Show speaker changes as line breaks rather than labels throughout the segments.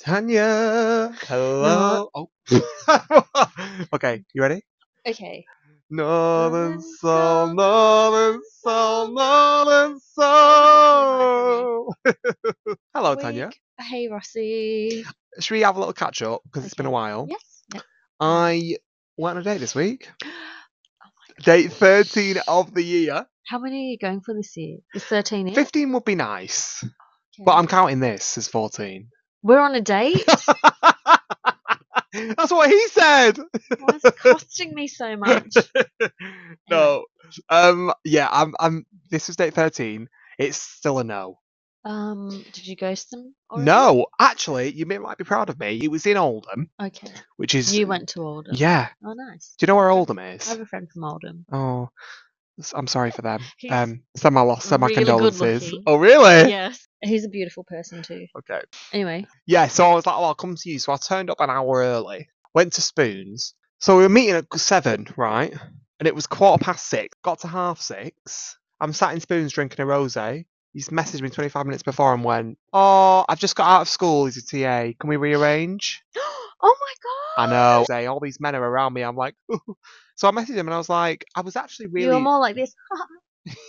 Tanya, hello. Oh. okay, you ready?
Okay.
Northern soul, northern soul, northern soul. hello, Oh, Tanya.
Week. Hey, Rossi.
Should we have a little catch up because it's been a while?
Yes. No.
I went on a date this week.
Oh my
Date
gosh.
thirteen of the year.
How many are you going for this year? Is 13 it?
Fifteen would be nice,
Okay.
but I'm counting this as fourteen.
We're on a date?
That's what he said.
Why is it costing me so much?
no. Um. Yeah. I'm. I'm. This is date thirteen. It's still a no.
Um, did you ghost them? already?
No, actually, you may, might be proud of me. It was in Oldham,
Okay.
which is
You went to Oldham.
Yeah.
Oh, nice.
Do you know where Oldham
I
is?
have a friend from Oldham.
Oh, s- I'm sorry for them.
He's-
Um, send my loss. Send my
really good
condolences.
looking.
Oh, really?
yes. He's a beautiful person too.
Okay.
Anyway,
Yeah. So I was like, "Oh, I'll come to you." So I turned up an hour early. Went to Spoons. So we were meeting at seven, right? And it was quarter past six. Got to half six. I'm sat in Spoons drinking a rosé. He's messaged me 25 minutes before and went, "Oh, I've just got out of school. He's a TA. Can we rearrange?"
oh my
I
god!
know. Say all these men are around me. I'm like, so I messaged him and I was like, I was actually really.
You're more like this.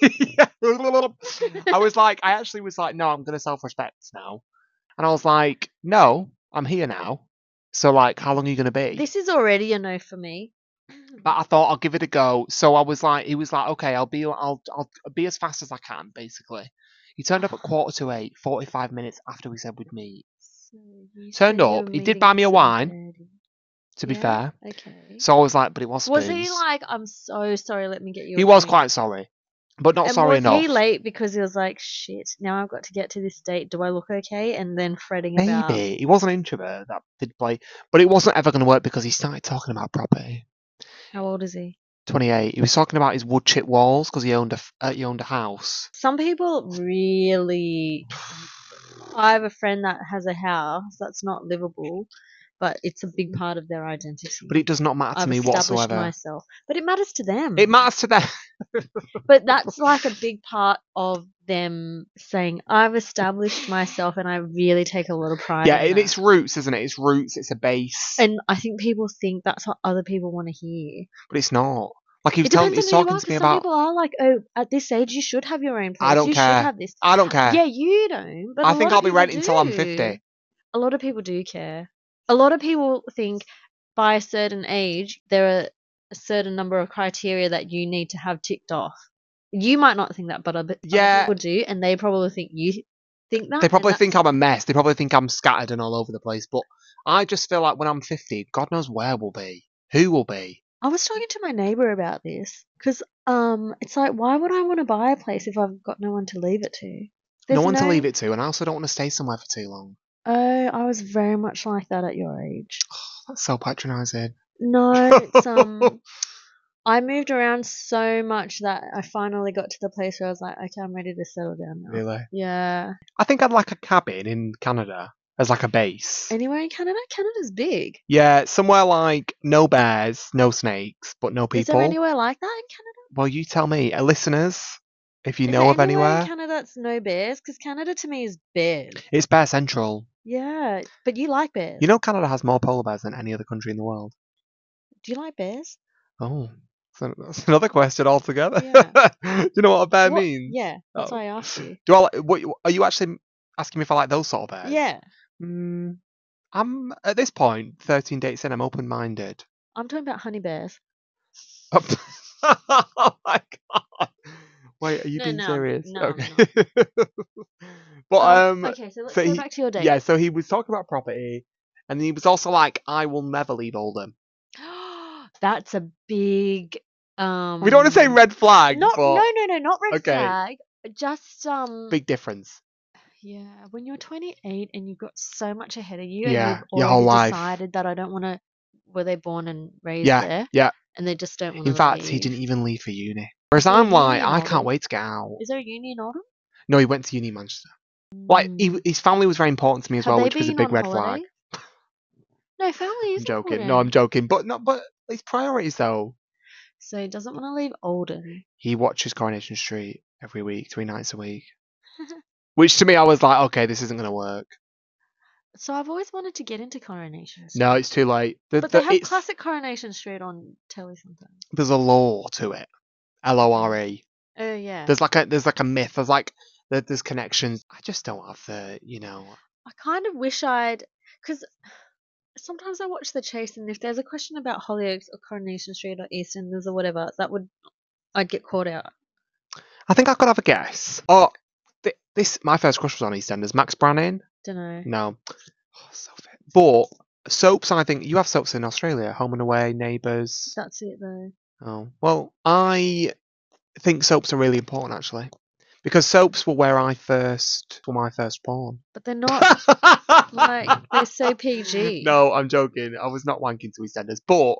Yeah. I was like, I actually was like, no, I'm gonna self respect now. And I was like, no, I'm here now. So like, how long are you gonna be?
This is already a no for me.
But I thought I'll give it a go. So I was like, he was like, okay, I'll be, I'll, I'll be as fast as I can, basically. He turned up at quarter to eight, 45 minutes after we said we'd meet.
So you
Turned
said you were
up, he did
meeting
buy me a
at
wine,
7:30.
To be
Yeah,
fair,
Okay.
so I was like, but it was.
Was he
spoons.
like, I'm so sorry, let me get you?
He
a
was
drink"?
quite sorry, but not
and
sorry
was
enough.
he late because he was like, shit, now I've got to get to this date. Do I look okay? And then fretting about.
Maybe he was an introvert that did play, but it wasn't ever going to work because he started talking about property.
How old is he?
Twenty eight. He was talking about his wood chip walls because he owned a f- uh, he owned a house.
Some people really. I have a friend that has a house that's not livable, but it's a big part of their identity.
But it does not matter to
I've
me
established
whatsoever.
myself, but it matters to them.
It matters to them.
but that's like a big part of them saying, "I've established myself, and I really take a lot of pride."
yeah,
in
and
that."
it's roots, isn't it? It's roots. It's a base,
And I think people think that's what other people want to hear.
but it's not. Like he was
It
telling,
depends
he's
on who
talking
you are.
to me
'cause some
about.
people are like, "Oh, at this age, you should have your own place.
I don't
you
care.
should have this."
I don't care.
Yeah, you don't. But
I
a
think
lot of
I'll be
people
renting till I'm
do.
50.
A lot of people do care. A lot of people think by a certain age there are a certain number of criteria that you need to have ticked off. You might not think that, but other other
Yeah.
people do, and they probably think you think that.
They
and
probably
that-
think I'm a mess. They probably think I'm scattered and all over the place. But I just feel like when I'm 50, God knows where we'll be, who will be.
I was talking to my neighbor about this because um, it's like, why would I want to buy a place if I've got no one to leave it to?
no one to leave it to, and I also don't want to stay somewhere for too long.
Oh, I was very much like that at your age.
That's so patronising.
No, it's um, I moved around so much that I finally got to the place where I was like, okay, I'm ready to settle down now.
really?
Yeah.
I think I'd like a cabin in Canada as like a base.
Anywhere in Canada? Canada's big.
yeah, somewhere like no bears, no snakes, but no
Is
people.
there anywhere like that in Canada?
Well, you tell me, uh, listeners, if you
Is
know
there
of anywhere,
in Canada that's no bears? Because Canada to me is bears.
it's Bear Central.
Yeah, but you like bears.
You know, Canada has more polar bears than any other country in the world.
do you like bears?
Oh, so that's another question altogether.
Yeah.
Do you know what a bear
What-
means?
Yeah, that's
Oh.
why I asked you.
Do I? Like, what are you actually asking me if I like those sort of bears?
Yeah,
Mm, I'm at this point, 13 dates in, I'm open minded.
I'm talking about honey bears.
oh my god. Wait, are you
No,
being
no, I'm-
serious?
no, I'm
but
Oh,
um
okay, so let's
so
go
he-
back to your date.
yeah, so he was talking about property and he was also like, I will never leave Oldham.
that's a big. Um,
We don't want to say red flag,
Not
but
no no no not red
okay.
flag. Just um.
big difference.
Yeah, when you're 28 and you've got so much ahead of you,
Yeah,
and you've
your whole
already
life.
decided that I don't want to. Were they born and raised
Yeah,
there?
yeah.
And they just don't want to.
In fact, he didn't even leave for uni. Whereas
there a
I'm
uni
like,
in
I can't
Oldham?
wait to get out.
Is there a union Hmm, autumn?
No, he went to uni in Manchester. Like,
Mm.
he, his family was very important to me as well, which was a big red flag.
No, family is
I'm joking. No, I'm joking. But no, but his priorities though.
So he doesn't want to leave Oldham.
He watches Coronation Street every week, three nights a week. Which to me, I was like, okay, this isn't gonna work.
So I've always wanted to get into Coronation Street.
No, it's too late. The-
but
the-
they have
it's-
classic Coronation Street on telly sometimes.
There's a lore to it. L O R E.
Oh yeah.
There's like a there's like a myth. There's like there- there's connections. I just don't have the you know.
I kind of wish I'd because sometimes I watch The Chase and if there's a question about Hollyoaks or Coronation Street or EastEnders or whatever, that would I'd get caught out.
I think I could have a guess. Oh, th- this my first crush was on EastEnders. Max Brannan.
Don't know.
No, oh, so fit. But soaps. I think you have soaps in Australia. Home and Away, Neighbours.
That's it though.
Oh well, I think soaps are really important actually, because soaps were where I first were my first porn.
But they're not like they're so PG.
No, I'm joking. I was not wanking to EastEnders, but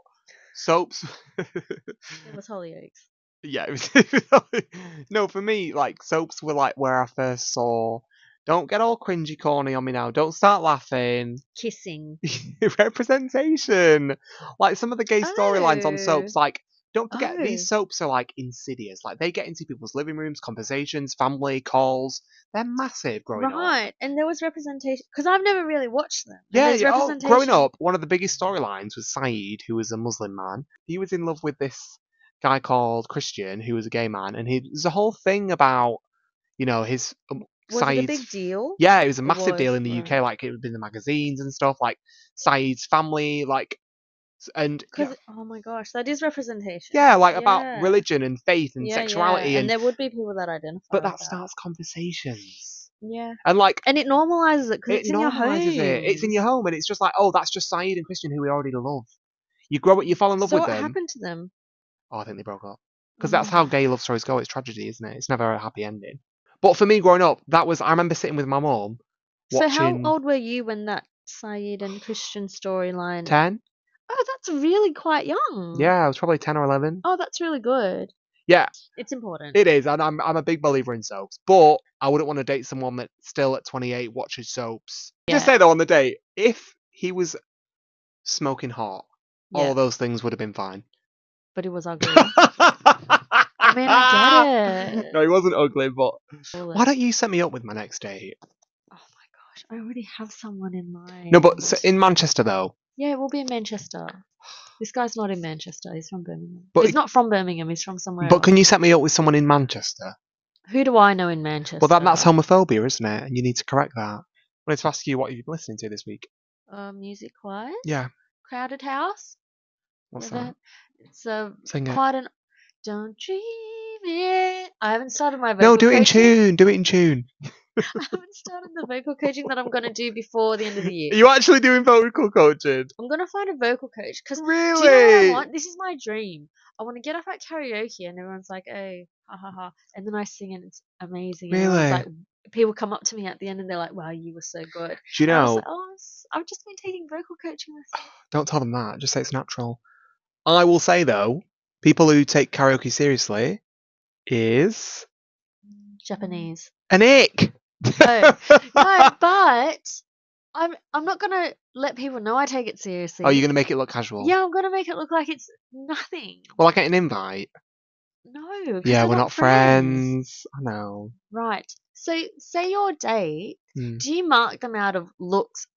soaps.
It was Hollyoaks.
yeah, it was, no, for me, like soaps were like where I first saw. Don't get all cringy corny on me now. Don't start laughing.
Kissing.
Representation, like some of the gay storylines on soaps, like. Don't forget,
Oh.
these soaps are like insidious. Like they get into people's living rooms, conversations, family calls. They're massive growing up.
Right. And there was representation because I've never really watched them. and
Yeah,
there's
yeah. Oh, growing
representation.
up, one of the biggest storylines was Saeed, who was a Muslim man. He was in love with this guy called Christian, who was a gay man, and he there's a whole thing about, you know, his um,
Was it a
Saeed's.
big deal?
yeah, it was a massive deal
was,
in the
right.
UK. Like it was in the magazines and stuff. Like Saeed's family, like, s- and yeah,
Because oh my gosh, that is representation.
yeah, like about
Yeah.
religion and faith and
Yeah, yeah,
sexuality, and,
and there would be people that identify.
but
with
that starts conversations
Yeah.
and like.
And it normalizes it because
it
it's in your home.
normalises it. It's in your home, and it's just like, oh, that's just Saeed and Christian, who we already love. You grow up, you fall in love
so
with
what
them.
happened to them?
Oh, I think they broke up because that's
Mm.
how gay love stories go. It's tragedy, isn't it? It's never a happy ending. But for me, growing up, that was I remember sitting with my mum
So how
watching
old were you when that Saeed and Christian storyline?
ten.
Oh, that's really quite young.
Yeah, I was probably ten or eleven.
Oh, that's really good.
Yeah,
It's important.
it is, and I'm I'm a big believer in soaps, but I wouldn't want to date someone that still at 28 watches soaps. Just
Yeah.
say though on the date, if he was smoking hot,
yeah,
all those things would have been fine.
but it was ugly.
I
mean, I get it.
No, he wasn't ugly, but
All
why
it.
don't you set me up with my next date?
Oh my gosh, I already have someone in mind.
No, but s in Manchester though,
yeah, it will be in Manchester. This guy's not in Manchester. He's from Birmingham.
But
he's
it-
not from Birmingham. He's from somewhere.
but
else.
can you set me up with someone in Manchester?
Who do I know in Manchester?
Well, that that's homophobia, isn't it? And you need to correct that. I wanted to ask you what you've been listening to this week.
Uh, music wise,
Yeah,
Crowded House.
what's
Yeah,
that?
that- It's a
Sing it.
quite an. Don't dream it. I haven't started my vocal
No, do it in
coaching.
tune. Do it in tune.
I haven't started the vocal coaching that I'm gonna do before the end of the year.
Are you actually doing vocal coaching?
I'm gonna find a vocal coach because do
Really?
you know what I want? This is my dream. I want to get up at karaoke and everyone's like, "Oh, ha ha ha," and then I sing and it's amazing. and everyone's
Really?
like people come up to me at the end and they're like, "Wow, you were so good."
Do you
And I was
know? Oh.
like, "Oh, s- I've just been taking vocal coaching this."
Don't tell them that. Just say it's natural. I will say though, people who take karaoke seriously is
Japanese.
an ick. Oh,
No, no, but I'm I'm not gonna let people know I take it seriously.
Oh, you're gonna make it look casual.
Yeah, I'm gonna make it look like it's nothing.
Well, I get an invite.
No. 'cause
Yeah,
we're
we're not friends. I know.
Right. So, say your date.
Mm.
Do you mark them out of looks,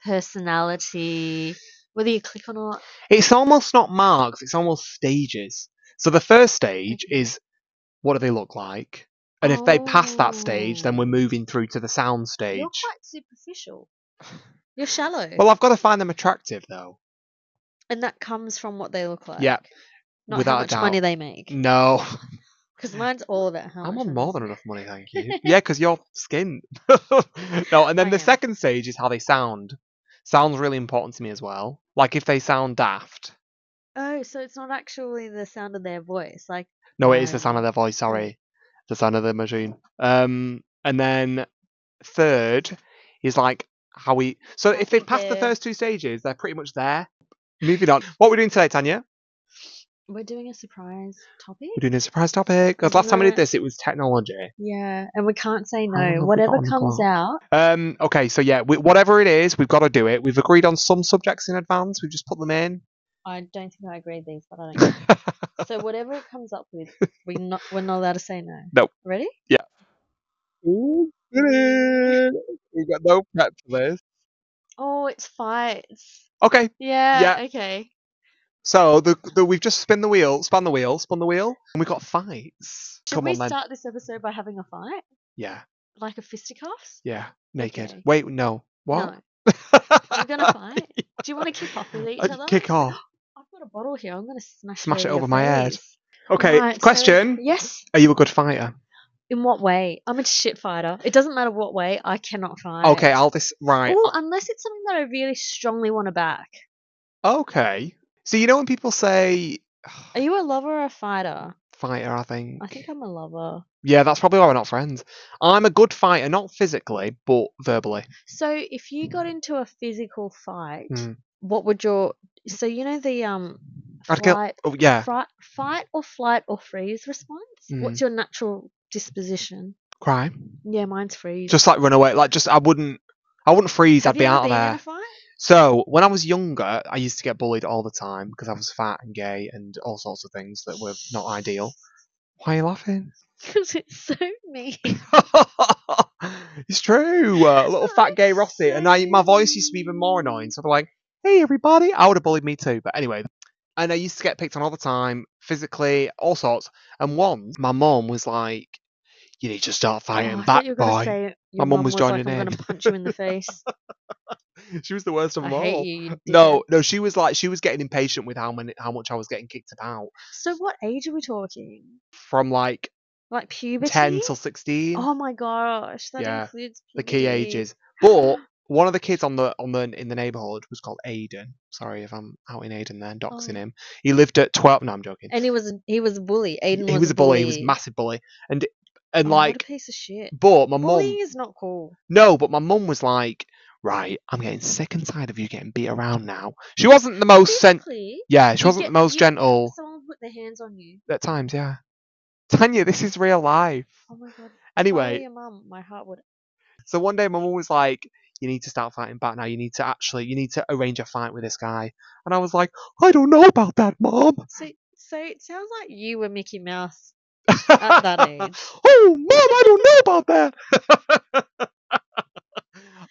personality, whether you click or not?
It's almost not marks. It's almost stages. So the first stage
Mm-hmm.
is what do they look like, and if they pass that stage, then we're
Oh.
moving through to the sound stage.
You're quite superficial. You're shallow,
Well, I've got to find them attractive though.
and that comes from what they look like.
Yeah,
Not
without
how
a
much money
doubt.
they make.
No,
Oh, Because mine's all about how
I'm
much
on
money.
more than enough money, thank you. yeah, because you're skinned. no, and then
I
the
am.
second stage is how they sound. Sounds really important to me as well. Like if they sound daft.
Oh, so it's not actually the sound of their voice. Like,
No, it is the sound
Um,
of their voice. Sorry, the sound of the machine. Um, and then third is like how we. So
I
if they
think
pass the
they're-
first two stages, they're pretty much there. Moving on. What we're doing today, Tanya?
we're doing a surprise topic.
We're doing a surprise topic. Because last time we
Right.
did this, it was technology.
Yeah, and we can't say
long have we
no.
got
Whatever
on the
comes
clock?
out,
Um. Okay. So yeah, we, whatever it is, we've got to do it. We've agreed on some subjects in advance. We've just put them in.
I don't think I agree with these, but I don't. care. so whatever it comes up with, we not we're not allowed to say no.
No.
Ready?
Ooh, goody. We've got no prep for this.
Oh, it's fights.
Okay,
Yeah,
Yeah.
okay.
so the, the we've just spin the wheel, spun the wheel, spun the wheel, and we got fights.
Should
Come
we
on then.
start this episode by having a fight?
Yeah,
Like a fisticuffs?
yeah. Naked.
Okay.
Wait, no. What?
No. We're gonna fight. Do you want to kick off with each
Uh,
other?
Kick off.
I've got a bottle here. I'm gonna smash,
Smash
it
it
in your
over my head.
face.
Okay,
Right, so-
question.
yes.
Are you a good fighter?
In what way? I'm a shit fighter. It doesn't matter what way. I cannot fight.
Okay, I'll this right.
Or unless it's something that I really strongly want to back.
Okay. So you know when people say
Are you a lover or a fighter?
fighter, I think.
I think I'm a lover.
Yeah, that's probably why we're not friends. I'm a good fighter, not physically, but verbally.
So if you got into a physical fight,
Mm.
what would your so you know the um
I'd kill-
flight,
Oh yeah, Mm.
fright, fight or flight or freeze response? What's your natural disposition?
crime.
Yeah, mine's freeze.
Just like run away. Like just I wouldn't I wouldn't freeze, I'd
Have you
be
ever
out of
been in a
there.
fight?
So when I was younger, I used to get bullied all the time because I was fat and gay and all sorts of things that were not ideal. Why are you laughing?
'Cause it's so mean.
it's true. Uh, little fat gay
That's
Rossi. And I, my voice used to be even more annoying. So I'd be like, hey, everybody. I would have bullied me too. But anyway. And I used to get picked on all the time, physically, all sorts. And once my mom was like, you need to start
Oh,
fighting
I thought
back,
you were gonna
boy.
say
My
your
mum
mum
was
was like,
joining
I'm
in.
gonna punch you in the face.
She was the worst of
I
them all.
hate you. you
No,
dick.
no, she was like, she was getting impatient with how many, how much I was getting kicked about
So what age are we talking?
from like
Like puberty?
10 till 16.
Oh my gosh, that
Yeah,
includes
the key
puberty.
ages. But one of the kids on the on the in the neighborhood was called Aiden. Sorry if I'm out in Aiden then doxing
Oh.
him. He lived at twelve. No, I'm joking.
And he was a, he was a bully. Aiden
he was a bully. He was a massive bully. And and
Oh, what
like,
a piece of shit.
but my mum
Bullying is not cool.
no, but my mum was like, right, I'm getting sick and tired of you getting beat around now. She wasn't the most sent.
Physically,
Yeah, she
you
wasn't
get-
the most
you-
gentle
Someone put their hands on you.
at times. Yeah, Tanya, this is real life.
Oh my god. If I were
Anyway,
your mum, my heart would.
So one day my mum was like, You need to start fighting back now. You need to actually you need to arrange a fight with this guy. And I was like, I don't know about that, Mom.
So so it sounds like you were Mickey Mouse at that age.
oh Mom, I don't know about that.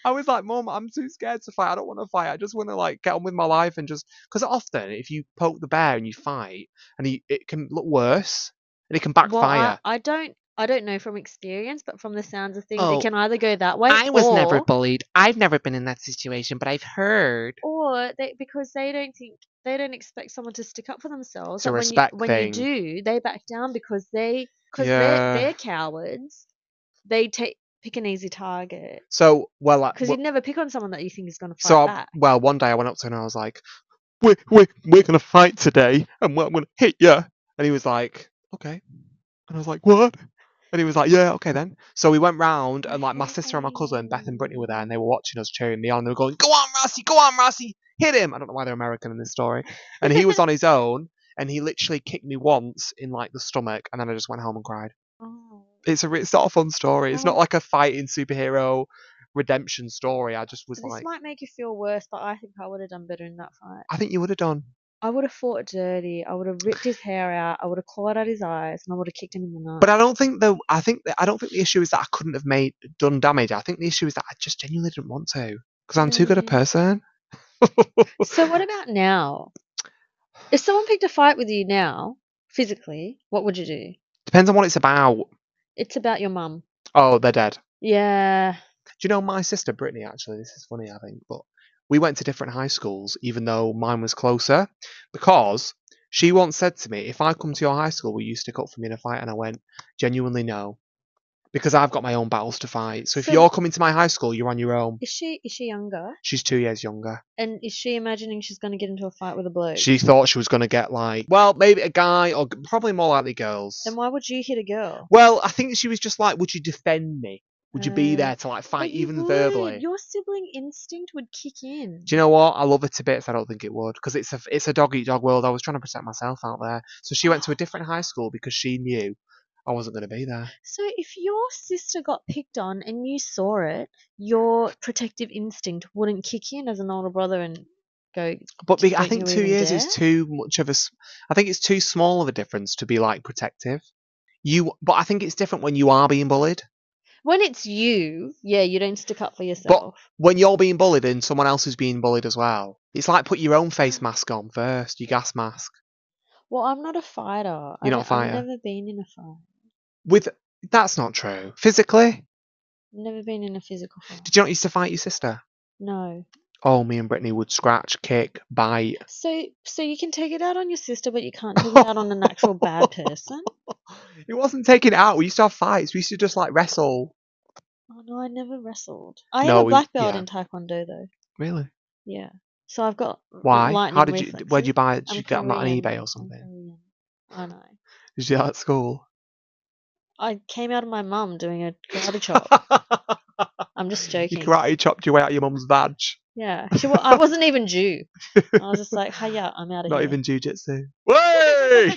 I was like, Mom, I'm too scared to fight. I don't want to fight. I just want to like get on with my life and just because often if you poke the bear and you fight and he, it can look worse and it can
Well, I-
backfire.
I, don't I don't know from experience, but from the sounds of things,
Oh,
it can either go that way. or-
bullied. I've never been in that situation, but I've heard.
or they because they don't think they don't expect someone to stick up for themselves.
It's a
and when
respect
you, when
thing.
you do, they back down because they because
Yeah.
they're they're cowards. They take pick an easy target
So well, I-
because
wh-
you'd never pick on someone that you think is going to fight
So, I,
back.
well, one day I went up to him and I was like, "We're we're we're gonna fight today, and we're, I'm gonna hit you." And he was like, "Okay," and I was like, "What?" And he was like, "Yeah, okay then." So we went round, and like my sister and my cousin Beth and Brittany were there, and they were watching us cheering me on. They were going, "Go on, Rossi! Go on, Rossi! Hit him!" I don't know why they're American in this story. And he was on his own, and he literally kicked me once in like the stomach, and then I just went home and cried.
Oh.
It's a re- it's not a fun story. It's
Oh.
not like a fighting superhero redemption story. I just was
This
like,
might make you feel worse, but I think I would have done better in that fight.
I think you would have done.
I would have fought dirty. I would have ripped his hair out. I would have clawed at his eyes, and I would have kicked him in the nuts.
But I don't think the I think that I don't think the issue is that I couldn't have made done damage. I think the issue is that I just genuinely didn't want to because I'm too good a
Mm.
person.
So what about now? If someone picked a fight with you now, physically, what would you do?
Depends on what it's about.
It's about your mum.
Oh, they're dead.
Yeah.
Do you know my sister Brittany? Actually, this is funny. I think, but we went to different high schools, even though mine was closer, because she once said to me, "If I come to your high school, will you stick up for me in a fight?" And I went, "Genuinely, no." Because I've got my own battles to fight. So if
So-
you're coming to my high school, you're on your own.
Is she is she younger?
She's two years younger.
And is she imagining she's gonna get into a fight with a bloke?
She thought she was going to get like, well, maybe a guy or g- probably more likely girls.
Then why would you hit a girl?
Well, I think she was just like, would you defend me? Would you be
Uh,
there to like fight
But you
even
would.
verbally?
Your sibling instinct would kick in.
Do you know what? I love her to bits. I don't think it would because it's a f- it's a dog eat dog world. I was trying to protect myself out there, so she
Ah.
went to a different high school because she knew I wasn't going to be there.
So if your sister got picked on and you saw it, your protective instinct wouldn't kick in as an older brother and go
But be, I
Don't
think
you
two
even
years is
dare?
too much of a. s- I think it's too small of a difference to be like protective. You, but I think it's different when you are being bullied.
When it's you, yeah, you don't stick up for yourself.
When you're being bullied and someone else is being bullied as well, it's like put your own face mask on first, your gas mask.
well, I'm not a fighter. You're
You're not a fighter.
I've never been in a fight.
With that's not true. Physically,
Never been in a physical fight.
did you not used to fight your sister?
No.
Oh, me and Brittany would scratch, kick, bite.
So so you can take it out on your sister, but you can't take it out on an actual bad person.
It wasn't taken out. We used to have fights. We used to just like wrestle.
Oh no, I never wrestled. I
No,
am a
we-
black belt
yeah.
in Taekwondo though.
Really?
Yeah. So I've got uh,
Why? How
lightning
did you? Where'd you
reflexes.
buy it? Did
I'm
you get them on
Korean.
eBay
I'm
or something?
Korean. I know.
Did you do that at school?
I came out of my mum doing a karate chop. I'm just
you
joking.
karate chopped your way out of your mum's vag.
Yeah, she wa- I wasn't even Jew. I was just like, hiya, I'm out of
Not
here.
even jujitsu. Way!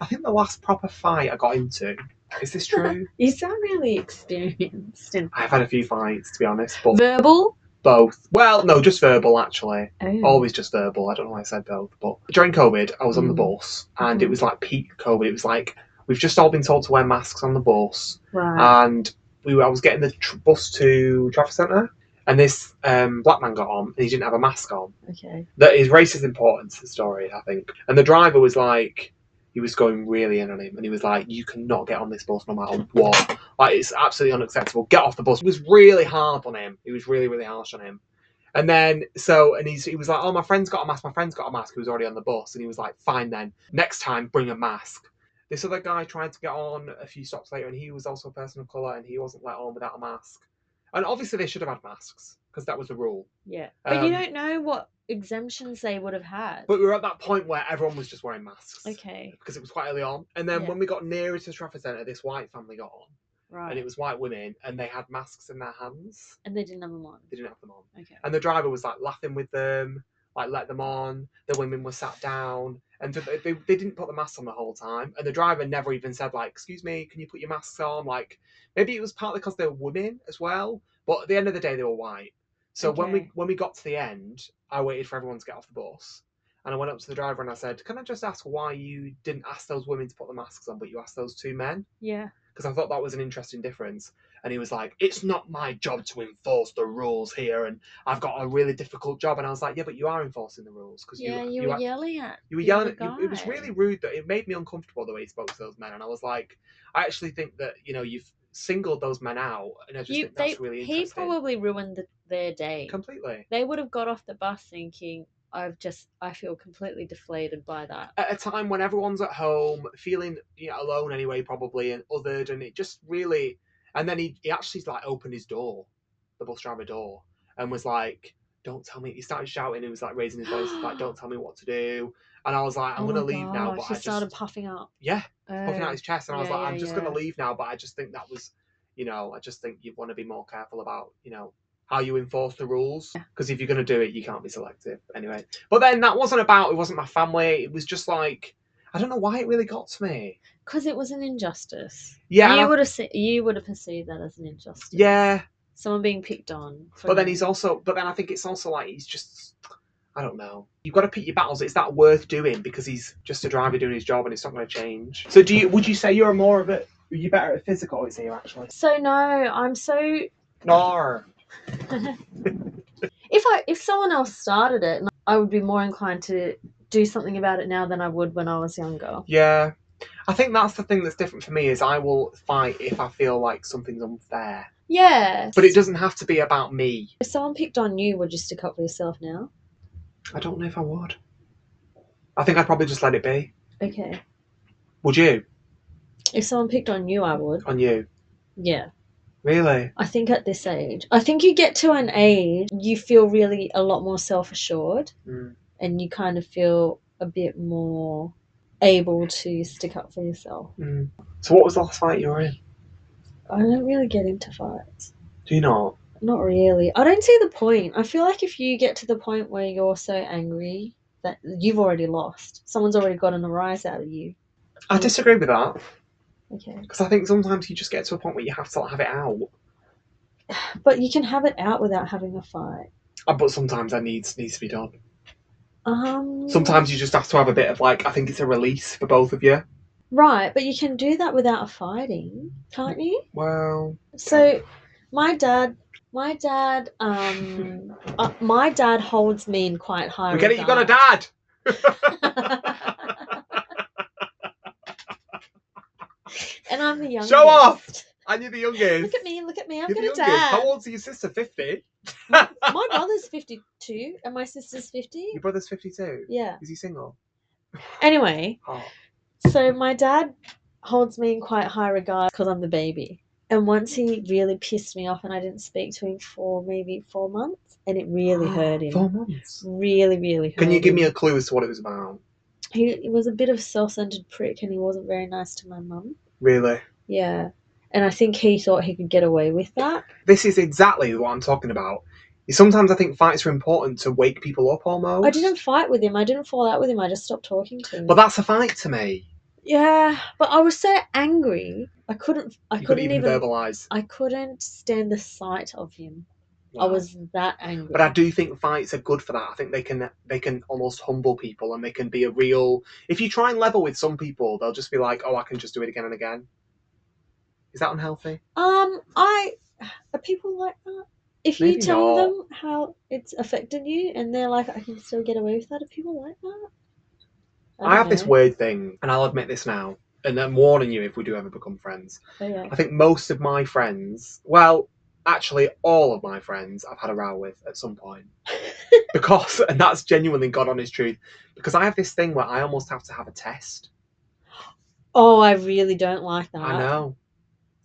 I think the last proper fight I got into. Is this true?
You sound really experienced in
I've had a few fights, to be honest, but
verbal.
both. Well, no, just verbal actually.
Hmm.
Oh.
Always just verbal. I don't know why I said both, but during COVID, I was on the
Mm.
bus and it
Mhm.
was like peak COVID. It was like we've just all been told to wear masks on the bus.
um,
Right.
and we were, I was getting the tr- bus to Trafford Centre, and this um, black man got on, and he didn't have a mask on.
okay.
That is racist importance to the story, I think. And the driver was like, he was going really in on him, and he was like, "You cannot get on this bus no matter what. Like it's absolutely unacceptable. Get off the bus." He was really hard on him. He was really, really harsh on him. And then so, and he's, he was like, "Oh, my friend's got a mask. My friend's got a mask." He was already on the bus, and he was like, "Fine then, next time bring a mask." This other guy tried to get on a few stops later, and he was also a person of color, and he wasn't let on without a mask. And obviously, they should have had masks because that was the rule.
Yeah. But
Um,
you don't know what exemptions they would have had.
But we were at that point where everyone was just wearing masks.
okay.
because it was quite early on. And then
Yeah.
when we got nearer to Trafford Centre, this white family got on,
Right.
and it was white women, and they had masks in their hands.
And they didn't have them on.
They didn't have them on,
Okay.
and the driver was like laughing with them, like let them on. The women were sat down, and th- they, they didn't put the masks on the whole time. And the driver never even said like, "Excuse me, can you put your masks on?" Like maybe it was partly because they were women as well, but at the end of the day, they were white. So when we
Okay.
when we got to the end, I waited for everyone to get off the bus. And I went up to the driver and I said, Can I just ask why you didn't ask those women to put the masks on, but you asked those two men?
Yeah.
Because I thought that was an interesting difference. And he was like, It's not my job to enforce the rules here. And I've got a really difficult job. And I was like, Yeah, but you are enforcing the rules. Because
yeah, you,
you,
were
are-
yelling at.
you were
the
yelling
other
at you, It was
guy.
really rude that it made me uncomfortable the way he spoke to those men. And I was like, I actually think that, you know, you've singled those men out. And I just
You,
think
they,
that's really
he
interesting.
probably ruined the, their day.
Completely.
they would have got off the bus thinking, I've just, I feel completely deflated by that.
at a time when everyone's at home, feeling you know, alone anyway, probably and othered, and it just really. And then he, he actually like opened his door, the bus driver door, and was like, "Don't tell me." He started shouting. He was like raising his voice, like, "Don't tell me what to do." And I was like, "I'm
Oh
gonna
my
leave now,"
gosh,
but
he
I just
started puffing up.
yeah, puffing
Oh.
out his chest, and I was
yeah,
like,
yeah,
"I'm just
yeah.
gonna leave now," but I just think that was, you know, I just think you want to be more careful about, you know. How you enforce the rules? Because if you're going to do it, you can't be selective. Anyway, but then that wasn't about. It wasn't my family. It was just like I don't know why it really got to me.
because it was an injustice.
Yeah, and
you
I-
would have se- you would have perceived that as an injustice.
yeah.
someone being picked on.
But then
for-
he's also. But then I think it's also like he's just. I don't know. You've got to pick your battles. It's that worth doing because he's just a driver doing his job, and it's not going to change. So do you? Would you say you're more of a? You're better at physical, is you actually?
So no, I'm so.
Nor.
If I if someone else started it, I would be more inclined to do something about it now than I would when I was younger.
Yeah. I think that's the thing that's different for me is I will fight if I feel like something's unfair.
Yeah.
But it doesn't have to be about me.
If someone picked on you, would you stick up for yourself now?
I don't know if I would. I think I'd probably just let it be.
Okay.
Would you?
If someone picked on you, I would.
On you.
Yeah.
Really?
I think at this age, I think you get to an age you feel really a lot more self assured
Mm.
and you kind of feel a bit more able to stick up for yourself.
Mm. So what was the last fight you were in?
I don't really get into fights.
Do you not?
Not really. I don't see the point. I feel like if you get to the point where you're so angry that you've already lost, someone's already gotten a rise out of you.
I disagree with that
Okay.
because I think sometimes you just get to a point where you have to have it out.
But you can have it out without having a fight.
Uh, But sometimes that needs needs to be done.
Um
Sometimes you just have to have a bit of like I think it's a release for both of you.
Right, but you can do that without fighting, can't you?
Well,
So, my dad, my dad, um, uh, my dad holds me in quite high.
we get it. You got a
regard.
dad.
and I'm the youngest.
Show off! And you're the youngest.
Look at me, look at me. I've
You're
got
the
a
youngest.
dad.
How old's your sister? Fifty.
My brother's 52 and my sister's 50.
Your brother's fifty-two.
Yeah.
Is he single?
Anyway,
Oh.
so my dad holds me in quite high regard because I'm the baby. And once he really pissed me off and I didn't speak to him for maybe four months and it really hurt him.
Four months.
Really, really hurt
Can you give me
him.
a clue as to what it was about?
He, he was a bit of a self-centered prick and he wasn't very nice to my mum.
Really?
Yeah. And I think he thought he could get away with that.
This is exactly what I'm talking about. Sometimes I think fights are important to wake people up almost.
I didn't fight with him. I didn't fall out with him. I just stopped talking to him.
But that's a fight to me.
yeah, but I was so angry. I couldn't. I
you
couldn't
couldn't even, verbalise.
I couldn't stand the sight of him. I
Wow.
was that angry.
But I do think fights are good for that. I think they can they can almost humble people and they can be a real. If you try and level with some people, they'll just be like, "Oh, I can just do it again and again." Is that unhealthy?
Um, I are people like that. If you
Maybe
tell
not.
them how it's affected you, and they're like, "I can still get away with that," are people like that?
I, have
don't
this
know.
weird thing, and I'll admit this now, and I'm warning you if we do ever become friends.
Oh, yeah.
I think most of my friends, well, actually all of my friends, I've had a row with at some point. because, and that's genuinely God honest truth, because I have this thing where I almost have to have a test.
Oh, I really don't like that.
I know.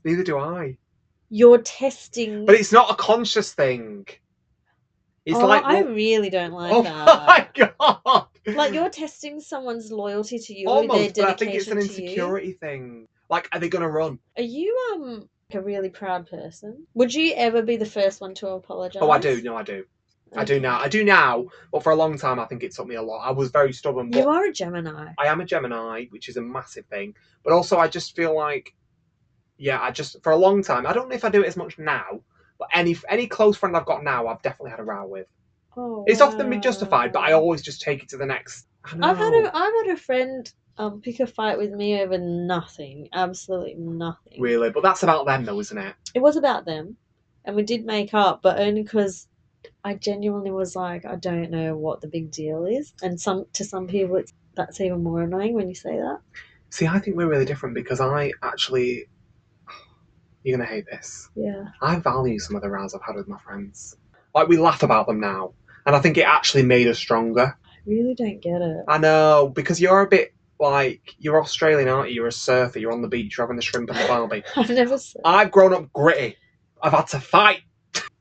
Neither do I.
You're testing.
But it's not a conscious thing. It's
oh,
like,
I
well-
really don't like
oh
that.
my god!
Like you're testing someone's loyalty to you or their
almost,
dedication
but I think it's an
to you.
insecurity thing. Like, are they gonna run?
Are you um a really proud person? Would you ever be the first one to apologize?
Oh, I do. No, I do. I do now. I do now, but for a long time, I think it took me a lot. I was very stubborn. But
Um, You are a Gemini.
I am a Gemini, which is a massive thing. But also, I just feel like, yeah, I just for a long time. I don't know if I do it as much now, but any any close friend I've got now, I've definitely had a row with.
Oh,
It's often been justified, but I
wow.
always just take it to the next. I
I've had
know.
a I've had a friend um pick a fight with me over nothing, absolutely nothing.
really, but that's about them, though, isn't it?
It was about them, and we did make up, but only because I genuinely was like, I don't know what the big deal is, and some to some people it's that's even more annoying when you say that.
See, I think we're really different because I actually, you're gonna hate this.
Yeah.
I value some of the rows I've had with my friends. Like we laugh about them now, and I think it actually made us stronger.
I really don't get it.
I know because you're a bit like you're Australian, aren't you? You're a surfer. You're on the beach. You're having the shrimp and the barbie.
I've never said.
I've grown up gritty. I've had to fight.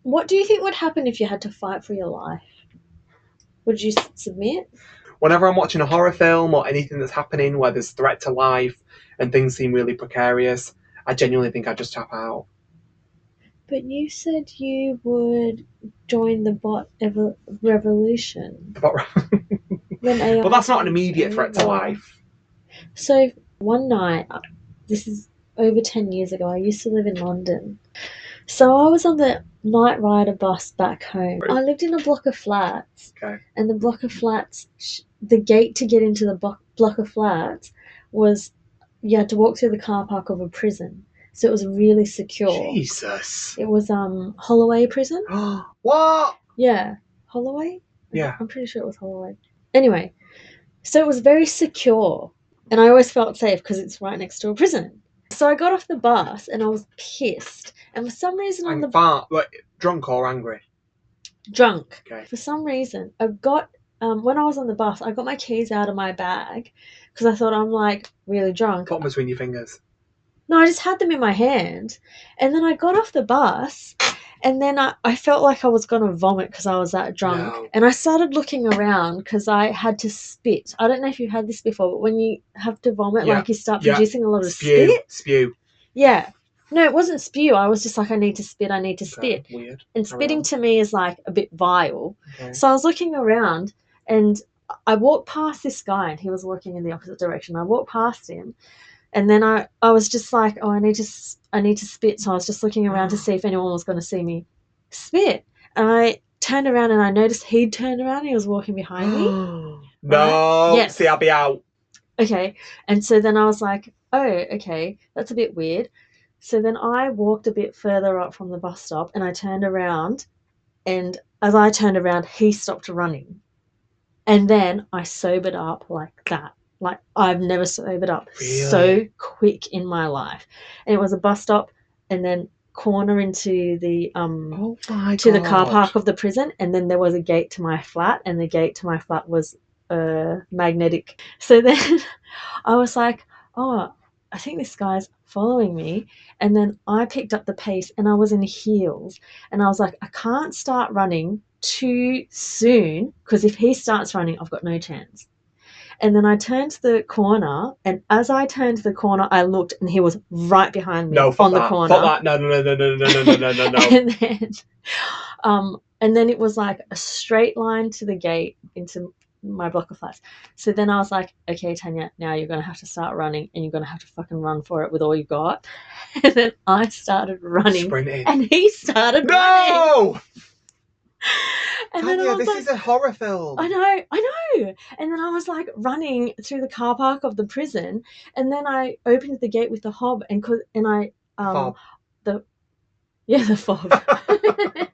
What do you think would happen if you had to fight for your life? Would you s- submit?
Whenever I'm watching a horror film or anything that's happening where there's threat to life and things seem really precarious, I genuinely think I just tap out.
But you said you would join the bot evo- revolution.
But,
When AI
but that's not an
takes
immediate threat to
over.
life.
So one night, I- this is over 10 years ago, I used to live in London. So I was on the night rider bus back home.
Right.
I lived in a block of flats.
Okay.
And the block of flats, sh- the gate to get into the block, block of flats was you had to walk through the car park of a prison. So it was really secure.
Jesus.
It was um Holloway prison.
what?
Yeah. Holloway?
Yeah.
I'm pretty sure it was Holloway. Anyway, so it was very secure. And I always felt safe because it's right next to a prison. So I got off the bus and I was pissed. And for some reason on
And
the
far, like, drunk or angry.
drunk.
Okay.
For some reason, I got um, when I was on the bus, I got my keys out of my bag because I thought I'm like really drunk.
Put them between your fingers.
No, I just had them in my hand. And then I got off the bus and then I, I felt like I was going to vomit because I was that drunk.
No.
And I started looking around because I had to spit. I don't know if you've had this before, but when you have to vomit,
Yeah.
like you start
Yeah.
producing a lot of
Spew.
spit.
Spew.
Yeah. No, it wasn't spew. I was just like, I need to spit. I need to spit.
Okay, Weird.
And
carry
spitting
on.
to me is like a bit vile.
Okay.
So I was looking around and I walked past this guy and he was walking in the opposite direction. I walked past him and then I, I was just like, oh, I need to s- I need to spit. So I was just looking around to see if anyone was going to see me spit. And I turned around and I noticed he'd turned around. He was walking behind me.
no.
Yes.
See, I'll be out.
okay. And so then I was like, oh, okay, that's a bit weird. So then I walked a bit further up from the bus stop and I turned around. And as I turned around, he stopped running. And then I sobered up like that. Like I've never sobered up so
Really?
quick in my life. And it was a bus stop and then corner into the um
Oh my
to the car
God.
park of the prison, and then there was a gate to my flat, and the gate to my flat was uh, magnetic. So then I was like, oh, I think this guy's following me. And then I picked up the pace, and I was in heels, and I was like, I can't start running too soon because if he starts running, I've got no chance. And then I turned the corner, and as I turned the corner, I looked, and he was right behind me
No, fuck
on
that.
the corner
Fuck that. No, no, no, no, no, no, no, no, no, no.
and then um and then it was like a straight line to the gate into my block of flats so then i was like okay tanya now you're gonna have to start running and you're gonna have to fucking run for it with all you got and then i started running
Sprinting.
and he started running
No!
and then i
Tanya,
was
this
like
is a horror film.
I know, I know. And then I was like running through the car park of the prison, and then I opened the gate with the hob, and co- and I um
Fob.
the yeah the fob.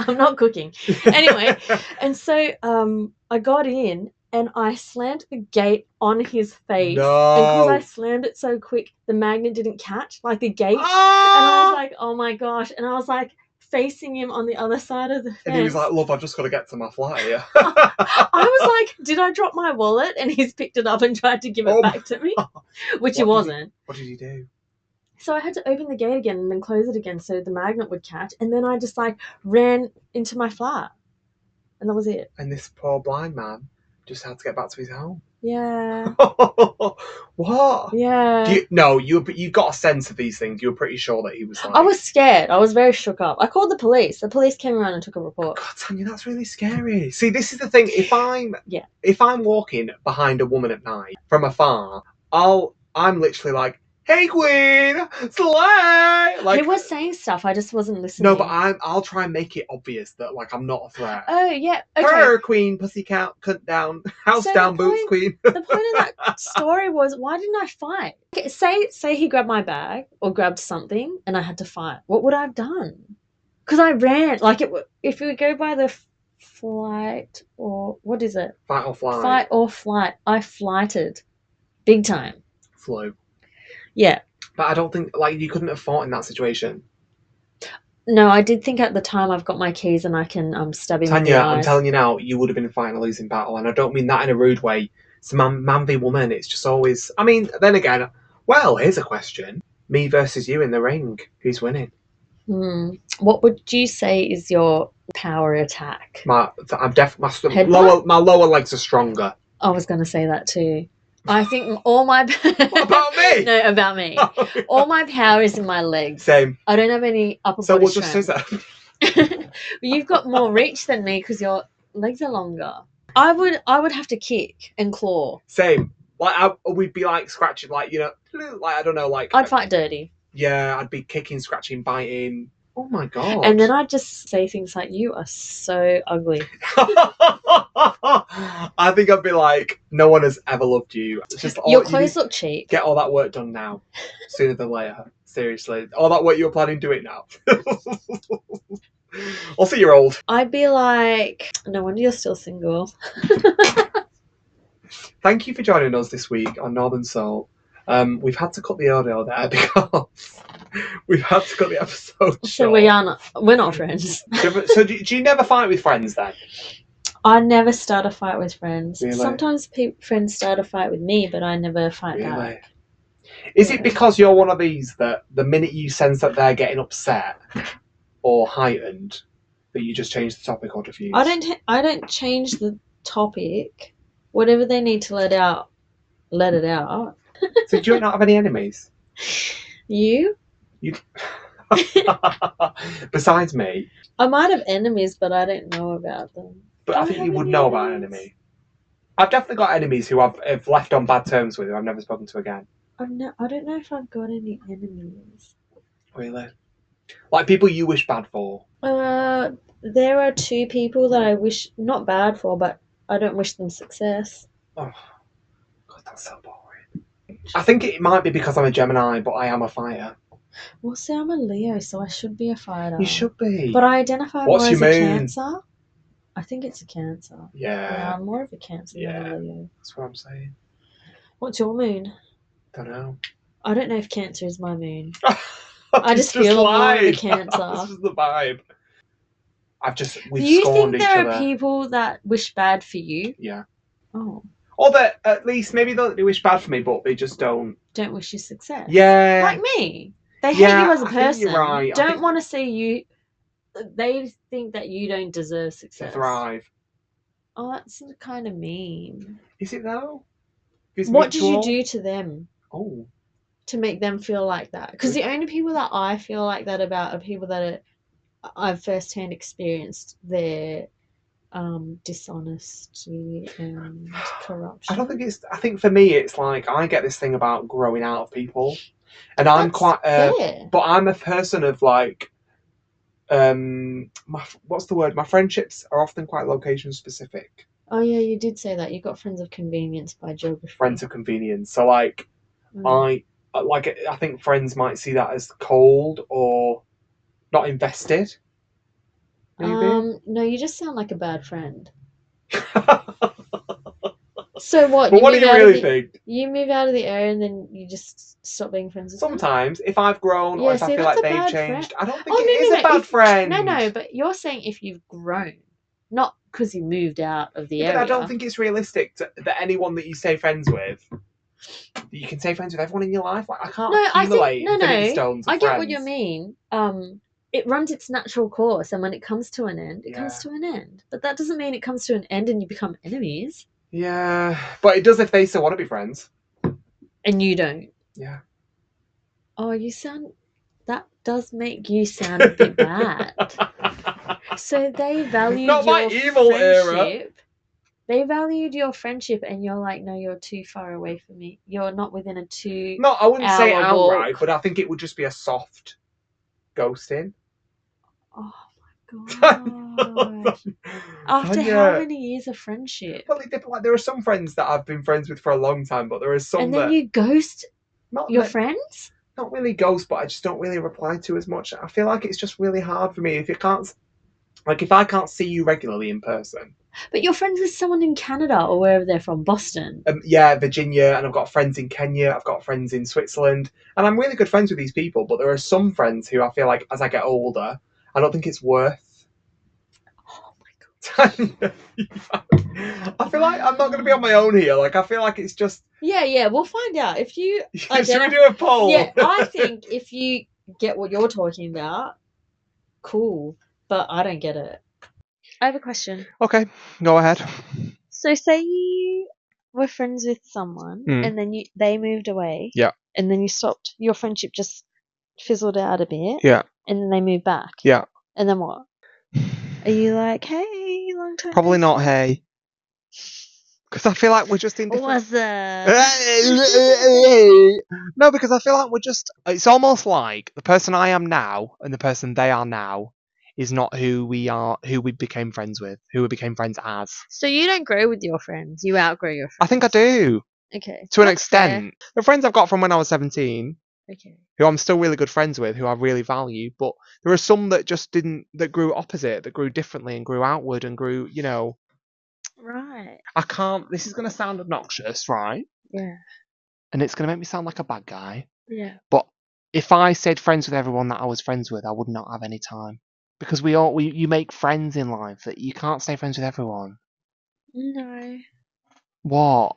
I'm not cooking. Anyway, and so um, I got in and I slammed the gate on his face. And because I
No.
slammed it so quick, the magnet didn't catch, like the gate. And I was
Ah!
like, oh my gosh. And I was like facing him on the other side of the fence.
And he was "Ah." like, love, I've just got to get to my flat here.
I was like, did I drop my wallet? And he's picked it up and tried to give it
Oh my
back to me,
What
which
did he-
it wasn't.
what did he do?
So I had to open the gate again and then close it again so the magnet would catch. And then I just like ran into my flat. And that was it.
And this poor blind man just had to get back to his home.
Yeah.
what?
Yeah.
Do you, no, you were- you got a sense of these things. You were pretty sure that he was like.
I was scared. I was very shook up. I called the police. The police came around and took a report.
God, Tanya, that's really scary. See, this is the thing. If I'm
Yeah.
if I'm walking behind a woman at night from afar, I'll I'm literally like, "Hey, Queen, slay!" Like,
he was saying stuff. I just wasn't listening.
no, but I'm I'll try and make it obvious that like I'm not a threat.
Oh yeah. Okay.
Her queen, pussycat, cunt down, house
So the
down, boots
point-
queen.
The point of that story was why didn't I fight? Okay, say say he grabbed my bag or grabbed something and I had to fight. What would I have done? Because I ran. Like it. wa- If we go by the f- flight or what is it?
Fight or flight,
Fight or flight. I flighted, big time.
flew.
Yeah.
But I don't think like you couldn't have fought in that situation.
No, I did think at the time I've got my keys and I can um stab him in
Tanya,
the
I'm
eyes.
telling you now, you would have been fighting a losing battle, and I don't mean that in a rude way. It's man, man v woman. It's just always. I mean, then again, well, here's a question: me versus you in the ring, who's winning?
Hmm. What would you say is your power attack?
My, I'm def. My st-
Headbutt?
lower, my lower legs are stronger.
I was going to say that too. I think all my
What about me?
no about me. All my power is in my legs.
Same.
I don't have any upper
So
body
we'll just say
strength.
that.
You've got more reach than me because your legs are longer. I would I would have to kick and claw.
Same. Like I, we'd be like scratching, like you know, like I don't know, like
I'd fight dirty,
yeah, I'd be kicking, scratching, biting. Oh my god!
and then I'd just say things like, "You are so ugly."
I think I'd be like, no one has ever loved you. It's just all,
your
you
clothes
need-
look cheap.
get all that work done now, sooner than later. Seriously, all that work you were planning, do it now. also, you're old.
I'd be like, no wonder you're still single.
Thank you for joining us this week on Northern Soul. Um, we've had to cut the audio there because we've had to cut the episode.
So
short.
we are not, we're not
Mm.
friends.
Do you ever- so do, do you never fight with friends then?
I never start a fight with friends.
Really?
Sometimes pe- friends start a fight with me, but I never fight back.
Really? Is it
Yeah.
because you're one of these that the minute you sense that they're getting upset or heightened, that you just change the topic or diffuse?
I don't. ha- I don't change the topic. Whatever they need to let out, let it out.
So do you not have any enemies?
You,
Besides me,
I might have enemies, but I don't know about them.
but
I
I,
don't
think
have
you would
any
know about an
enemies.
enemy. I've definitely got enemies who I've, have left on bad terms with who I've never spoken to again.
I'm no, I don't know if I've got any enemies.
Really? Like people you wish bad for.
Uh, there are two people that I wish not bad for, but I don't wish them success.
Oh, God, God, that's so boring. I think it might be because I'm a Gemini, but I am a fire.
Well, see, I'm a Leo, so I should be a fighter.
You should be.
But I identify
What's
more
your
as a
moon?
Cancer. I think it's a Cancer. Yeah,
yeah,
I'm more of a Cancer than a Leo.
that's what I'm saying.
What's your moon?
Don't know.
I don't know if Cancer is my moon.
I
just feel more of a Cancer.
this is the vibe. I've just we've
Do you
scorned
think
each
there
other.
are people that wish bad for you?
yeah.
Oh,
Or that at least maybe they they wish bad for me, but they just don't.
don't wish you success.
Yeah.
Like me. They hate
Yeah,
you as a
I think
person.
you're right. I
Don't
think-
want to see you. They think that you don't deserve
to
success.
thrive.
Oh, that's kind of mean.
Is it though? Is
what did you
mutual?
do to them
Oh,
to make them feel like that? Because the only people that I feel like that about are people that are, I've firsthand experienced their um, dishonesty and corruption.
I don't think it's. I think for me, it's like I get this thing about growing out of people, and I'm
That's
quite. Uh,
fair.
but I'm a person of like, um, my f- what's the word? My friendships are often quite location specific,
Oh yeah, you did say that. You got friends of convenience by geography.
friends of convenience. So like,
Mm.
I like. I think friends might see that as cold or not invested. Maybe.
Um, no, you just sound like a bad friend.
but
So what?
what do
move
you
out of
really
the-
think?
You move out of the area and then you just stop being friends with them?
Sometimes, if I've grown or
Yeah,
if I
see,
feel
that's
like
a
they've
bad friend.
changed, I don't think
Oh,
it
no, no,
is
no,
a bad
if-
friend.
No, no, but you're saying if you've grown, not because you moved out of the
Yeah,
area.
but I don't think it's realistic to, that anyone that you stay friends with, that you can stay friends with everyone in your life. Like I can't
No, I think-
accumulate
no, no,
infinity stones. Of
I get what
friends.
you
mean, um, it runs its natural course, and when it comes to an end, it comes to an end. But that doesn't mean it comes to an end and you become enemies,
Yeah, but it does if they still want to be friends.
and you don't.
Yeah.
Oh, you sound. That does make you sound a bit bad. So they valued
Not
your
my evil era.
friendship. They valued your friendship, and you're like, no, you're too far away from me. You're not within a two.
no, I wouldn't say
Our
outright,
walk.
but I think it would just be a soft ghosting.
Oh my god! After how
Tanya.
many years of friendship?
Well, it dep- like, there are some friends that I've been friends with for a long time, but there are some
And
that
then you ghost
not
your
that-
friends?
not really ghost, but I just don't really reply to as much. I feel like it's just really hard for me if you can't, like, if I can't see you regularly in person.
But you're friends with someone in Canada or wherever they're from, Boston.
Um, yeah, Virginia, and I've got friends in Kenya, I've got friends in Switzerland, and I'm really good friends with these people. But there are some friends who I feel like as I get older, I don't think it's worth.
Oh my god.
I feel like I'm not going to be on my own here. Like I feel like it's just.
Yeah, yeah, we'll find out. If you
Should we
Identif-
do a poll?
Yeah, I think if you get what you're talking about, cool. But I don't get it.
I have a question.
Okay, go ahead.
So say you were friends with someone
Mm.
and then you they moved away.
Yeah.
And then you stopped. Your friendship just fizzled out a bit.
Yeah.
And then they moved back.
Yeah.
And then what? Are you like, hey, long time?
Probably not. Hey, because I feel like we're just
Oh,
in.
What
Different-
was that?
no, because I feel like we're just. It's almost like the person I am now and the person they are now is not who we are, who we became friends with, who we became friends as.
so you don't grow with your friends. You outgrow your friends.
I think I do,
Okay.
to an
that's fair.
extent. The friends I've got from when I was 17,
Okay.
who I'm still really good friends with, who I really value, but there are some that just didn't, that grew opposite, that grew differently and grew outward and grew, you know.
Right.
I can't, this is going to sound obnoxious, right?
Yeah.
And it's going to make me sound like a bad guy.
Yeah.
if I stayed friends with everyone that I was friends with, I would not have any time because we all we, you make friends in life that you can't stay friends with everyone.
No.
What?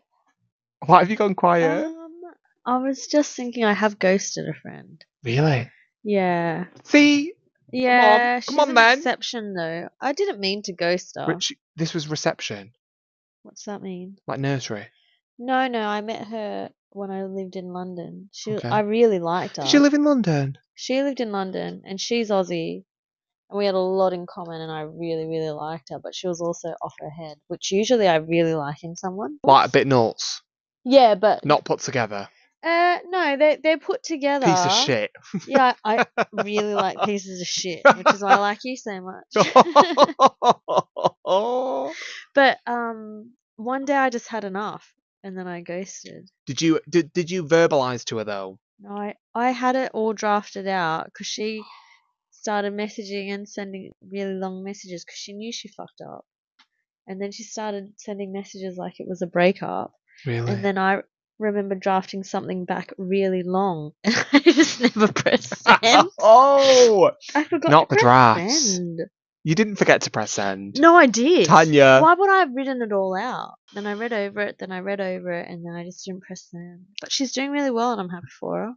Why have you gone quiet?
Um, I was just thinking I have ghosted a friend.
really?
Yeah.
See, come
Yeah. she's
on
an
then.
exception though. I didn't mean to ghost her.
Rich, this was reception,
What's that mean?
like nursery.
No, no, I met her when I lived in London. She
Okay.
I really liked her.
Did you live in London?
she lived in London and she's Aussie. And we had a lot in common and I really, really liked her, but she was also off her head, which usually I really like in someone.
Like a bit nuts,
Yeah, but
not put together,
uh no, they they're put together.
piece of shit.
Yeah, I really like pieces of shit, which is why I like you so much.
oh,
but um one day I just had enough and then I ghosted.
Did you did did you verbalize to her though?
No, I, I had it all drafted out because she started messaging and sending really long messages because she knew she fucked up. And then she started sending messages like it was a breakup.
Really?
And then I remember drafting something back really long. And I just never pressed send.
oh,
I forgot
Not
to
the
press
drafts.
send.
you didn't forget to press send.
No, I did.
Tanya,
Why would I have written it all out? Then I read over it, then I read over it, and then I just didn't press send. But she's doing really well, and I'm happy for her.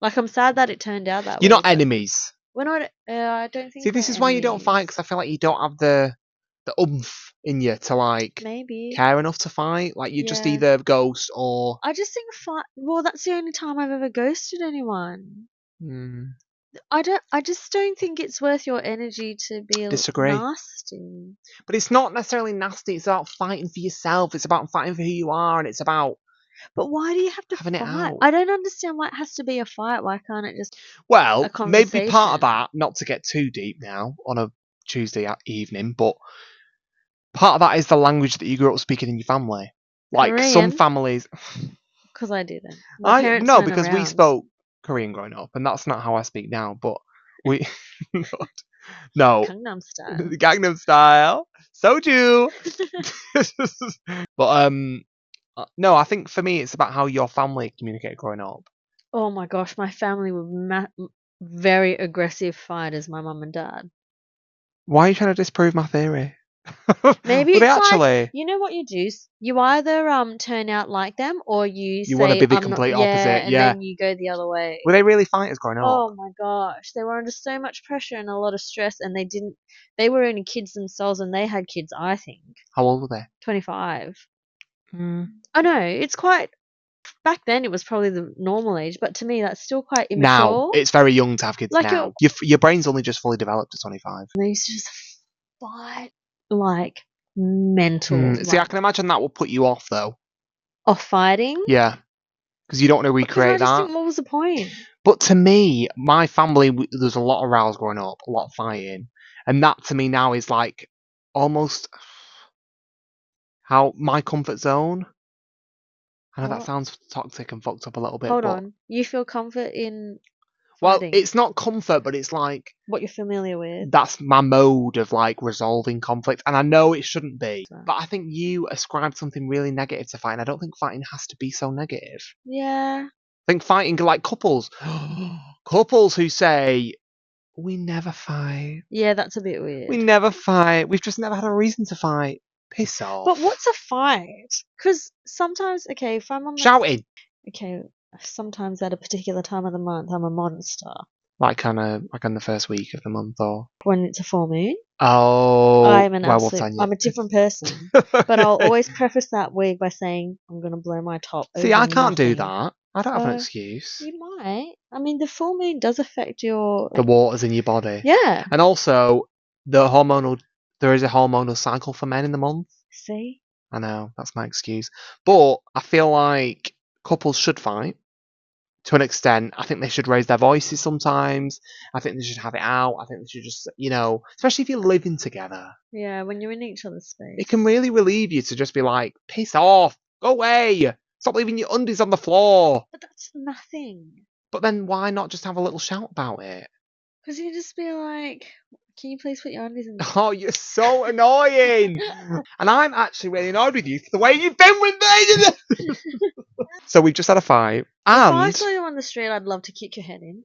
Like I'm sad that it turned out that
you're
way.
not
but
enemies.
We're not. Uh, I don't think.
See, this
we're
is why you don't fight
enemies.
because I feel like you don't have the the oomph in you to like
Maybe.
care enough to fight. Like you just
Yeah.
either ghost or
I just think fight. Well, that's the only time I've ever ghosted anyone.
mm,
I don't. I just don't think it's worth your energy to be l-
Disagree.
nasty.
But it's not necessarily nasty. It's about fighting for yourself. It's about fighting for who you are, and it's about
But why do you have to
Having it
fight?
out.
I don't understand why it has to be a fight. Why can't it just?
well, maybe part
conversation.
of that. Not to get too deep now on a Tuesday a- evening, but part of that is the language that you grew up speaking in your family. Like some
Korean?
families,
Because I didn't. My
I
parents
no,
weren't
because we
around.
spoke Korean growing up, and that's not how I speak now. But we, no,
Gangnam Style.
the Gangnam Style, Soju. but um, uh, no, I think for me it's about how your family communicate growing up.
Oh my gosh, my family were ma- m- very aggressive fighters. My mum and dad.
Why are you trying to disprove my theory?
Maybe
Were they
it's like-
actually.
You know what you do? S- You either um turn out like them, or you
You wanna
say
be the
"I'm not-
complete
yeah,
opposite,
and
yeah.
then you go the other way.
Were they really fighters growing up?
Oh my gosh, they were under so much pressure and a lot of stress, and they didn't. They were only kids themselves, and they had kids. I think
How old were
twenty five.
they? Mm.
I know it's quite. Back then, it was probably the normal age, but to me, that's still quite immature.
Now it's very young to have kids.
Like
now
you're-
your f- your brain's only just fully developed at twenty five.
And they used to just fight like mental.
Mm, See, I
like,
can imagine that will put you off though.
off fighting.
Yeah, because you don't want to
'Cause I
recreate
just
that.
think, what was the point?
But to me, my family, w- there's a lot of rows growing up, a lot of fighting, and that to me now is like almost how my comfort zone. I know that
What?
sounds toxic and fucked up a little bit.
Hold
but,
on. You feel comfort in
Well,
fighting,
it's not comfort, but it's like
what you're familiar with.
that's my mode of like resolving conflict and i know it shouldn't be
So-
but i think you ascribed something really negative to fighting i don't think fighting has to be so negative
yeah.
i think fighting like couples couples who say we never fight
Yeah, that's a bit weird.
we never fight we've just never had a reason to fight piss off
but what's a fight? Because sometimes, okay, if I'm on the-
shouting
okay, sometimes at a particular time of the month, I'm a monster.
like on a like on the first week of the month or
When it's a full moon,
oh
I'm an
werewolf
absolute.
Tanya.
I'm a different person. But I'll always preface that week by saying I'm gonna blow my top.
see
over
i can't do
nothing."
that i don't have an
Uh,
excuse
You might. I mean, the full moon does affect your.
the water's in your body
yeah.
And also, the hormonal there is a hormonal cycle for men in the month.
See.
I know that's my excuse, but I feel like couples should fight to an extent. I think they should raise their voices sometimes. I think they should have it out. I think they should just, you know, especially if you're living together,
Yeah, when you're in each other's space.
it can really relieve you to just be like, piss off, go away, stop leaving your undies on the floor.
But that's nothing.
But then why not just have a little shout about it?
Because you just be like, can you please put your undies in?
Oh, you're so annoying. and I'm actually really annoyed with you for the way you've been with me. so we've just had a fight.
if I
And
saw you on the street, I'd love to kick your head in.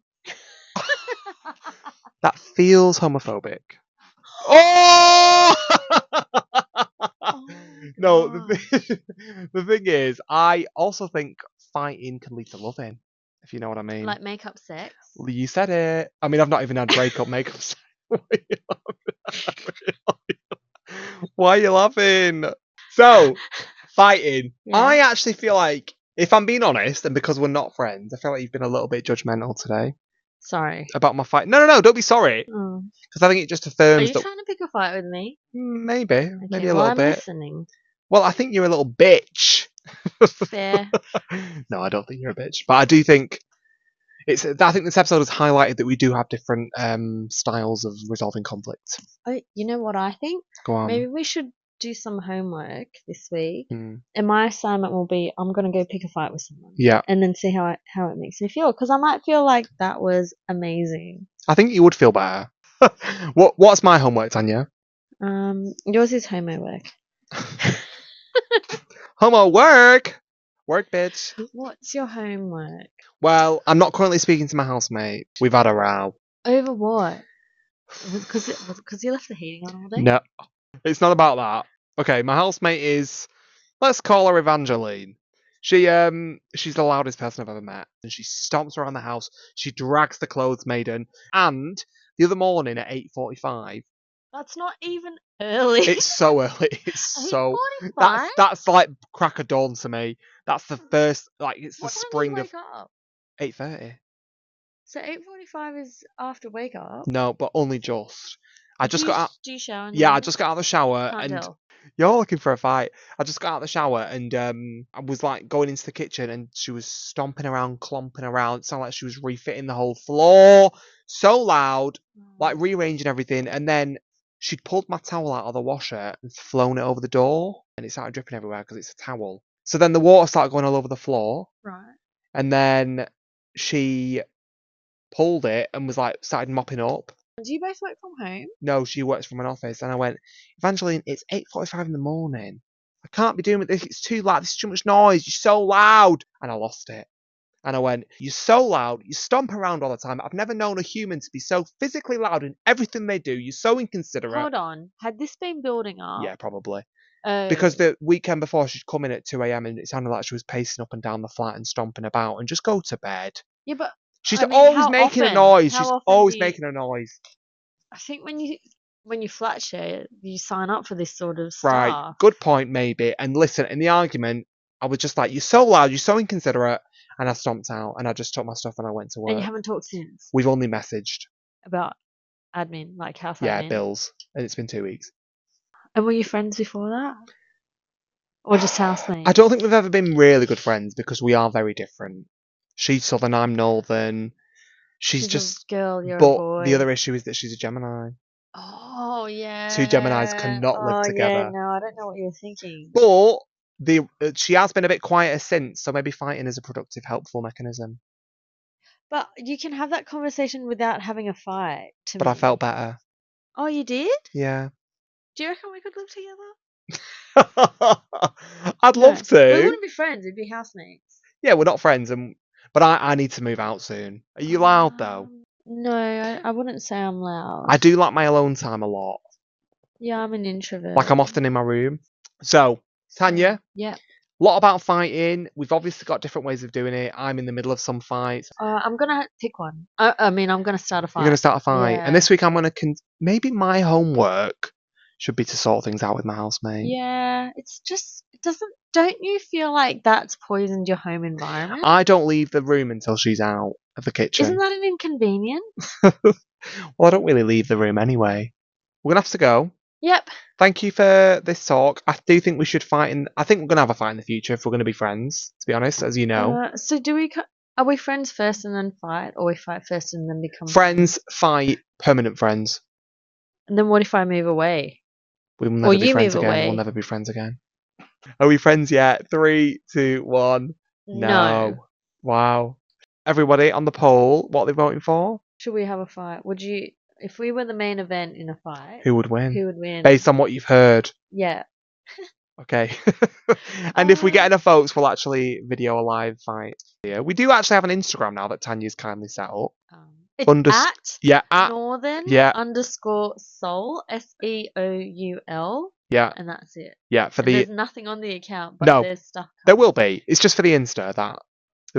that feels homophobic. Oh!
Oh my
no, the,
God.
thi- the thing is, I also think fighting can lead to loving, if you know what I mean.
like makeup sex.
Well, You said it. I mean, I've not even had breakup makeup. sex. Why are you laughing? So, fighting.
Yeah.
I actually feel like, if I'm being honest, and because we're not friends, I feel like you've been a little bit judgmental today
Sorry.
about my fight. No, no, no, don't be sorry.
Oh.
Because I think it just
Are
affirms
you
that
trying to pick a fight with me?
Mm, maybe,
Okay,
maybe a
well,
little
I'm
bit.
listening.
Well, I think you're a little bitch.
Fair.
no, I don't think you're a bitch, but I do think it's. I think this episode has highlighted that we do have different um, styles of resolving conflict.
oh, you know what I think?
Go on.
Maybe we should do some homework this week,
Mm.
and my assignment will be I'm gonna go pick a fight with someone,
Yeah.
and then see how I, how it makes me feel. Because I might feel like that was amazing.
I think you would feel better. what What's my homework, Tanya?
Um, yours is homework.
Homework! Work, bitch.
What's your homework?
Well, I'm not currently speaking to my housemate. We've had a row.
Over what? Because because you left the heating on all day.
No. It's not about that. Okay, my housemate is let's call her Evangeline. She um she's the loudest person I've ever met. And she stomps around the house, she drags the clothes maiden, and the other morning at eight forty five,
That's not even early.
it's so early. It's so
8:45?
that's that's like crack of dawn to me. That's the first like it's the
What time do you
spring of
wake up?
eight thirty.
So eight forty-five is after wake up.
No, but only just. I just
do you,
got out
Do you shower? and
yeah, I
then-
just got out of the shower
Can't
and
tell.
you're looking for a fight. I just got out of the shower and um, I was like going into the kitchen and she was stomping around, clomping around. It sounded like she was refitting the whole floor so loud, Oh, like rearranging everything. And then she'd pulled my towel out of the washer and flown it over the door and it started dripping everywhere because it's a towel. So then the water started going all over the floor
right.
and then she pulled it and was like started mopping up.
Do you both work from home?
No, she works from an office. And I went, Evangeline, it's 8.45 in the morning. I can't be doing with this. It's too loud. This is too much noise. You're so loud. And I lost it. And I went, you're so loud. You stomp around all the time. I've never known a human to be so physically loud in everything they do. You're so inconsiderate.
Hold on. Had this been building up?
Yeah, probably.
Oh,
Because the weekend before, she'd come in at 2 a.m. and it sounded like she was pacing up and down the flat and stomping about and just go to bed.
yeah, but
She's
I mean,
always
how
making a
often-
noise.
how
She's
often do
always
you-
making a noise.
I think when you when you flat share, you sign up for this sort of stuff.
Right. Good point, maybe. And listen, in the argument, I was just like, you're so loud, you're so inconsiderate. And I stomped out and I just took my stuff and I went to
And
work.
you haven't talked since
We've only messaged.
about admin, like house
Yeah,
admin.
bills. And it's been two weeks.
And were you friends before that? Or just housemate?
I don't think we've ever been really good friends because we are very different. She's southern, I'm northern. She's,
She's a
just.
girl, you're a boy.
But the other issue is that she's a Gemini.
Oh yeah.
Geminis cannot live
oh, Yeah,
together.
no, I don't know what you were thinking.
But the uh, she has been a bit quieter since, so maybe fighting is a productive, helpful mechanism.
But you can have that conversation without having a fight. To
But I
me.
felt better.
Oh, you did?
Yeah.
Do you reckon we could live together?
I'd love
No, We
to.
wouldn't be friends. We'd be housemates.
yeah, we're not friends, and but I, I need to move out soon. Are you loud though?
Um, No, I, I wouldn't say I'm loud.
I do like my alone time a lot.
Yeah, I'm an introvert.
Like I'm often in my room. So Tanya,
Yeah.
a lot about fighting. We've obviously got different ways of doing it. I'm in the middle of some fights.
Uh, I'm gonna pick one. I, I mean, I'm gonna start a fight.
You're gonna start a fight,
Yeah.
and this week I'm gonna con- maybe my homework should be to sort things out with my housemate.
Yeah, it's just it doesn't. Don't you feel like that's poisoned your home environment?
I don't leave the room until she's out of the kitchen.
Isn't that an inconvenience?
well, I don't really leave the room anyway. We're gonna have to go.
Yep.
thank you for this talk. I do think we should fight in. I think we're gonna have a fight in the future if we're gonna be friends. To be honest, as you know,
Uh, so do we? co- Are we friends first and then fight, or we fight first and then become
friends fight permanent friends.
And then what if I move away?
We will
Or
never be
you
friends
move
again. We'll
away.
never be friends again. Are we friends yet? Three, two, one. Wow. Everybody on the poll, what are they voting for?
Should we have a fight? Would you? If we were the main event in a fight,
Who would win?
who would win?
Based on what you've heard.
yeah.
Okay. and if we
Uh,
get enough votes, we'll actually video a live fight. Yeah, we do actually have an Instagram now that Tanya's kindly set up.
Um, it's
Unders-
at
Yeah, at,
northern
Ah, yeah.
underscore soul s e o u l
yeah,
and that's it.
yeah. For
And
the
there's nothing on the account, but
No.
there's stuff.
There will be. It's just for the Insta that, that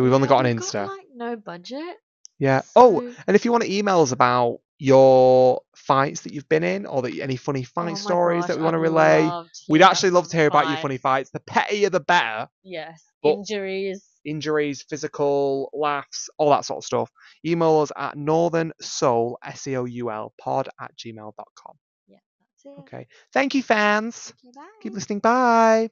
we've only
Yeah,
got an
we've
Insta.
like no budget.
yeah. Oh,
so-
and if you want to email us about your fights that you've been in or the, any funny
Oh my
fight stories
gosh,
that we want to
I'd
relay,
love to
we'd
hear about
actually love to
some
hear about your
fight.
funny fights. The pettier, the better.
Yes,
But-
injuries.
Injuries, physical, laughs, all that sort of stuff. Email us at northern soul, S E O U L, pod at gmail.com.
Yeah, that's it.
Okay. Thank you, fans.
Okay, bye.
Keep listening. Bye.